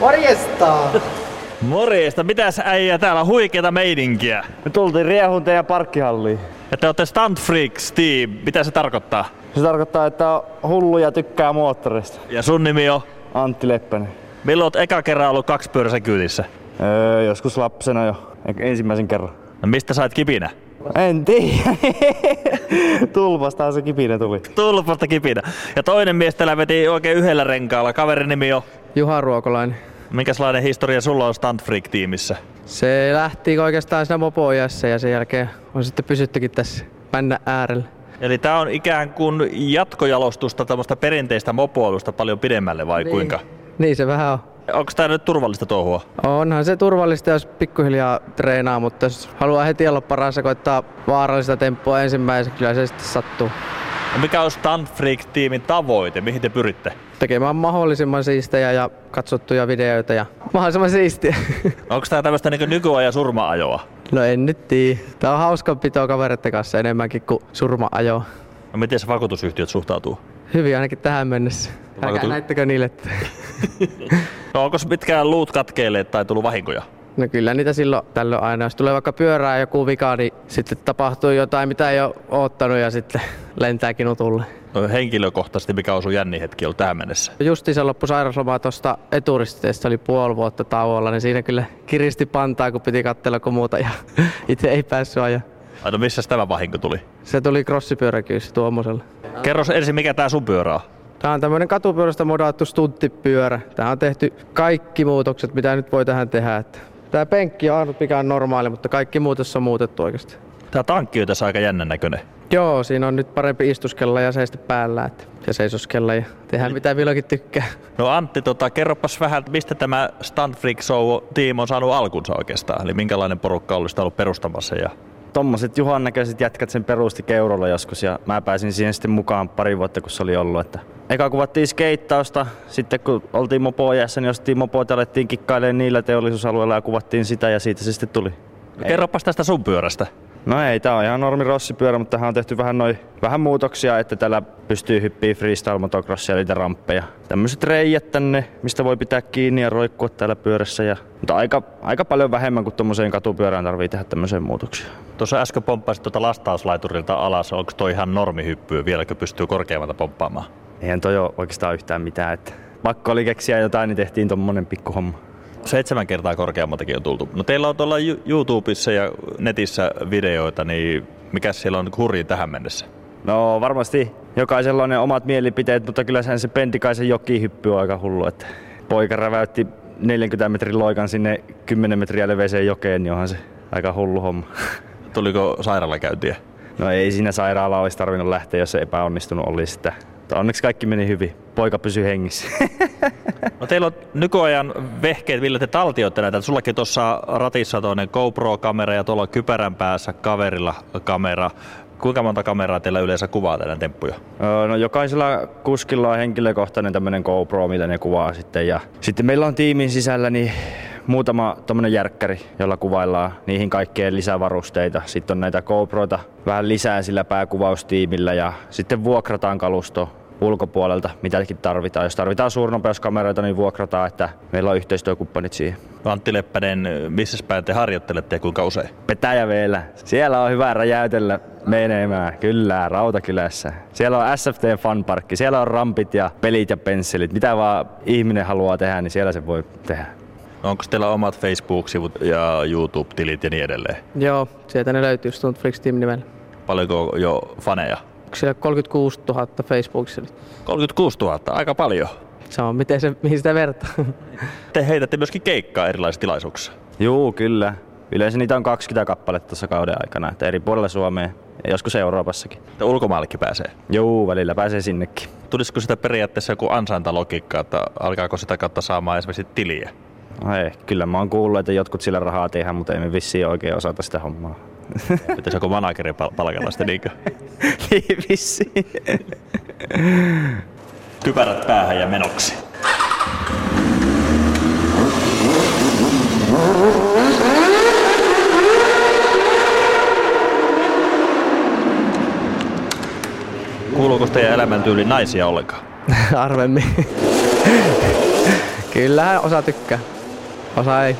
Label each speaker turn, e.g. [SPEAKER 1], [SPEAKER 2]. [SPEAKER 1] Morjesta!
[SPEAKER 2] Morjesta, mitäs äijä, täällä on huikeeta meininkiä.
[SPEAKER 3] Me tultiin riehunta ja parkkihalliin.
[SPEAKER 2] Ja te olette Stunt Freaks Team, mitä se tarkoittaa?
[SPEAKER 3] Se tarkoittaa, että hulluja tykkää moottorista.
[SPEAKER 2] Ja sun nimi on?
[SPEAKER 3] Antti Leppänen.
[SPEAKER 2] Milloin oot eka kerran ollut kaksipyöräisen kyydissä?
[SPEAKER 3] Öö, joskus lapsena jo, Ehkä ensimmäisen kerran.
[SPEAKER 2] No mistä sait kipinä?
[SPEAKER 3] En tiedä. Tulpastahan se kipinä tuli.
[SPEAKER 2] Tulpasta kipinä. Ja toinen mies täällä veti oikein yhdellä renkaalla. Kaverin nimi on?
[SPEAKER 4] Juha Ruokolainen.
[SPEAKER 2] Minkälainen historia sulla on Stunt Freak-tiimissä?
[SPEAKER 4] Se lähti oikeastaan siinä mopoajassa ja sen jälkeen on sitten pysyttykin tässä männä äärellä.
[SPEAKER 2] Eli tämä on ikään kuin jatkojalostusta tämmöistä perinteistä mopoilusta paljon pidemmälle vai niin. kuinka?
[SPEAKER 4] Niin se vähän on.
[SPEAKER 2] Onko tämä nyt turvallista touhua?
[SPEAKER 4] Onhan se turvallista, jos pikkuhiljaa treenaa, mutta jos haluaa heti olla paras ja koittaa vaarallista temppua ensimmäiseksi, kyllä se sitten sattuu.
[SPEAKER 2] No mikä on Stunt Freak-tiimin tavoite? Mihin te pyritte?
[SPEAKER 4] Tekemään mahdollisimman siistejä ja katsottuja videoita ja mahdollisimman siistiä.
[SPEAKER 2] Onko tämä tämmöistä niin nykyajan surmaajoa?
[SPEAKER 4] No en nyt tiedä. Tää on hauska pitoa kavereiden kanssa enemmänkin kuin surmaajoa.
[SPEAKER 2] No miten se vakuutusyhtiöt suhtautuu?
[SPEAKER 4] Hyvin ainakin tähän mennessä. Älkää Vakuutu... näyttäkö niille.
[SPEAKER 2] no onko mitkään luut katkeilleet tai tullut vahinkoja?
[SPEAKER 4] No kyllä niitä silloin tällöin aina. Jos tulee vaikka pyörää joku vika, niin sitten tapahtuu jotain, mitä ei ole oottanut ja sitten lentääkin utulle.
[SPEAKER 2] No henkilökohtaisesti, mikä on sun jänni hetki ollut tähän mennessä?
[SPEAKER 4] Justiinsa loppu sairauslomaa tuosta eturisteestä, oli puoli vuotta tauolla, niin siinä kyllä kiristi pantaa, kun piti katsella kun muuta ja itse ei päässyt ajaa.
[SPEAKER 2] Ai no missäs tämä vahinko tuli?
[SPEAKER 4] Se tuli crossipyöräkyyssä tuommoisella.
[SPEAKER 2] Kerro ensin, mikä tää sun pyörä on?
[SPEAKER 4] Tämä on tämmöinen katupyörästä modaattu stunttipyörä. Tämä on tehty kaikki muutokset, mitä nyt voi tähän tehdä. Että Tämä penkki on ainut mikä on normaali, mutta kaikki muu tässä on muutettu oikeasti.
[SPEAKER 2] Tämä tankki on tässä aika jännän näköinen.
[SPEAKER 4] Joo, siinä on nyt parempi istuskella ja seistä päällä että, ja seisoskella ja tehdään mitä milloinkin tykkää.
[SPEAKER 2] No Antti, tota, kerropas vähän, mistä tämä Stand Freak Show tiim on saanut alkunsa oikeastaan? Eli minkälainen porukka on ollut perustamassa ja
[SPEAKER 3] tommoset Juhan näköiset jätkät sen perusti Keurolla joskus ja mä pääsin siihen sitten mukaan pari vuotta kun se oli ollut. Että eka kuvattiin skeittausta, sitten kun oltiin mopoajassa, niin ostettiin mopoita ja alettiin kikkailemaan niillä teollisuusalueilla ja kuvattiin sitä ja siitä se sitten tuli.
[SPEAKER 2] Ei. No Kerropas tästä sun pyörästä.
[SPEAKER 3] No ei, tää on ihan normi rossipyörä, mutta tähän on tehty vähän, noi, vähän muutoksia, että tällä pystyy hyppiä freestyle motocrossia, niitä ramppeja. Tämmöiset reijät tänne, mistä voi pitää kiinni ja roikkua täällä pyörässä. Ja, mutta aika, aika paljon vähemmän kuin tuommoiseen katupyörään tarvii tehdä tämmöiseen muutoksia.
[SPEAKER 2] Tuossa äsken pomppasit tuota lastauslaiturilta alas, onko toi ihan normihyppyä, vieläkö pystyy korkeammalta pomppaamaan?
[SPEAKER 3] Eihän toi ole oikeastaan yhtään mitään, että pakko oli keksiä jotain, niin tehtiin tommonen pikkuhomma
[SPEAKER 2] seitsemän kertaa korkeammaltakin on tultu. No teillä on tuolla YouTubessa ja netissä videoita, niin mikä siellä on hurji tähän mennessä?
[SPEAKER 3] No varmasti jokaisella on ne omat mielipiteet, mutta kyllä se Pentikaisen jokihyppy on aika hullu. Että poika räväytti 40 metrin loikan sinne 10 metriä leveeseen jokeen, niin onhan se aika hullu homma.
[SPEAKER 2] Tuliko sairaalakäyntiä?
[SPEAKER 3] No ei siinä sairaalaa olisi tarvinnut lähteä, jos se epäonnistunut olisi. Sitä. Mutta onneksi kaikki meni hyvin. Poika pysyi hengissä.
[SPEAKER 2] No teillä on nykyajan vehkeet, millä te taltioitte näitä. Sullakin tuossa ratissa toinen GoPro-kamera ja tuolla kypärän päässä kaverilla kamera. Kuinka monta kameraa teillä yleensä kuvaa teidän temppuja?
[SPEAKER 3] Öö, no jokaisella kuskilla on henkilökohtainen tämmöinen GoPro, mitä ne kuvaa sitten. Ja sitten meillä on tiimin sisällä niin muutama tämmönen järkkäri, jolla kuvaillaan niihin kaikkeen lisävarusteita. Sitten on näitä GoProita vähän lisää sillä pääkuvaustiimillä ja sitten vuokrataan kalusto ulkopuolelta, mitäkin tarvitaan. Jos tarvitaan suurnopeuskameroita, niin vuokrataan, että meillä on yhteistyökumppanit siihen.
[SPEAKER 2] No Antti Leppänen, missä päin te harjoittelette ja kuinka usein?
[SPEAKER 3] Petäjäveellä. Siellä on hyvä räjäytellä menemään. Kyllä, Rautakylässä. Siellä on SFT Funparkki, siellä on rampit ja pelit ja pensselit. Mitä vaan ihminen haluaa tehdä, niin siellä se voi tehdä.
[SPEAKER 2] No Onko teillä omat Facebook-sivut ja YouTube-tilit ja niin edelleen?
[SPEAKER 4] Joo, sieltä ne löytyy Stuntflix Team nimellä.
[SPEAKER 2] Paljonko jo faneja?
[SPEAKER 4] Siellä 36 000 Facebookissa.
[SPEAKER 2] 36 000, aika paljon.
[SPEAKER 4] Se on, miten se, mihin sitä vertaa.
[SPEAKER 2] Te heitätte myöskin keikkaa erilaisissa tilaisuuksissa.
[SPEAKER 3] Joo, kyllä. Yleensä niitä on 20 kappaletta tuossa kauden aikana, että eri puolilla Suomea ja joskus Euroopassakin.
[SPEAKER 2] Ja ulkomaallekin pääsee?
[SPEAKER 3] Joo, välillä pääsee sinnekin.
[SPEAKER 2] Tulisiko sitä periaatteessa joku ansaintalogiikka, että alkaako sitä kautta saamaan esimerkiksi tiliä?
[SPEAKER 3] No Ei, kyllä mä oon kuullut, että jotkut sillä rahaa tehdään, mutta emme vissiin oikein osata sitä hommaa.
[SPEAKER 2] Pitäisikö manageri pal- palkata sitten niinkö?
[SPEAKER 3] niin vissiin.
[SPEAKER 2] Kypärät päähän ja menoksi. Kuuluuko teidän elämäntyyli naisia ollenkaan?
[SPEAKER 4] Arvemmin. Kyllähän osa tykkää. Osa ei.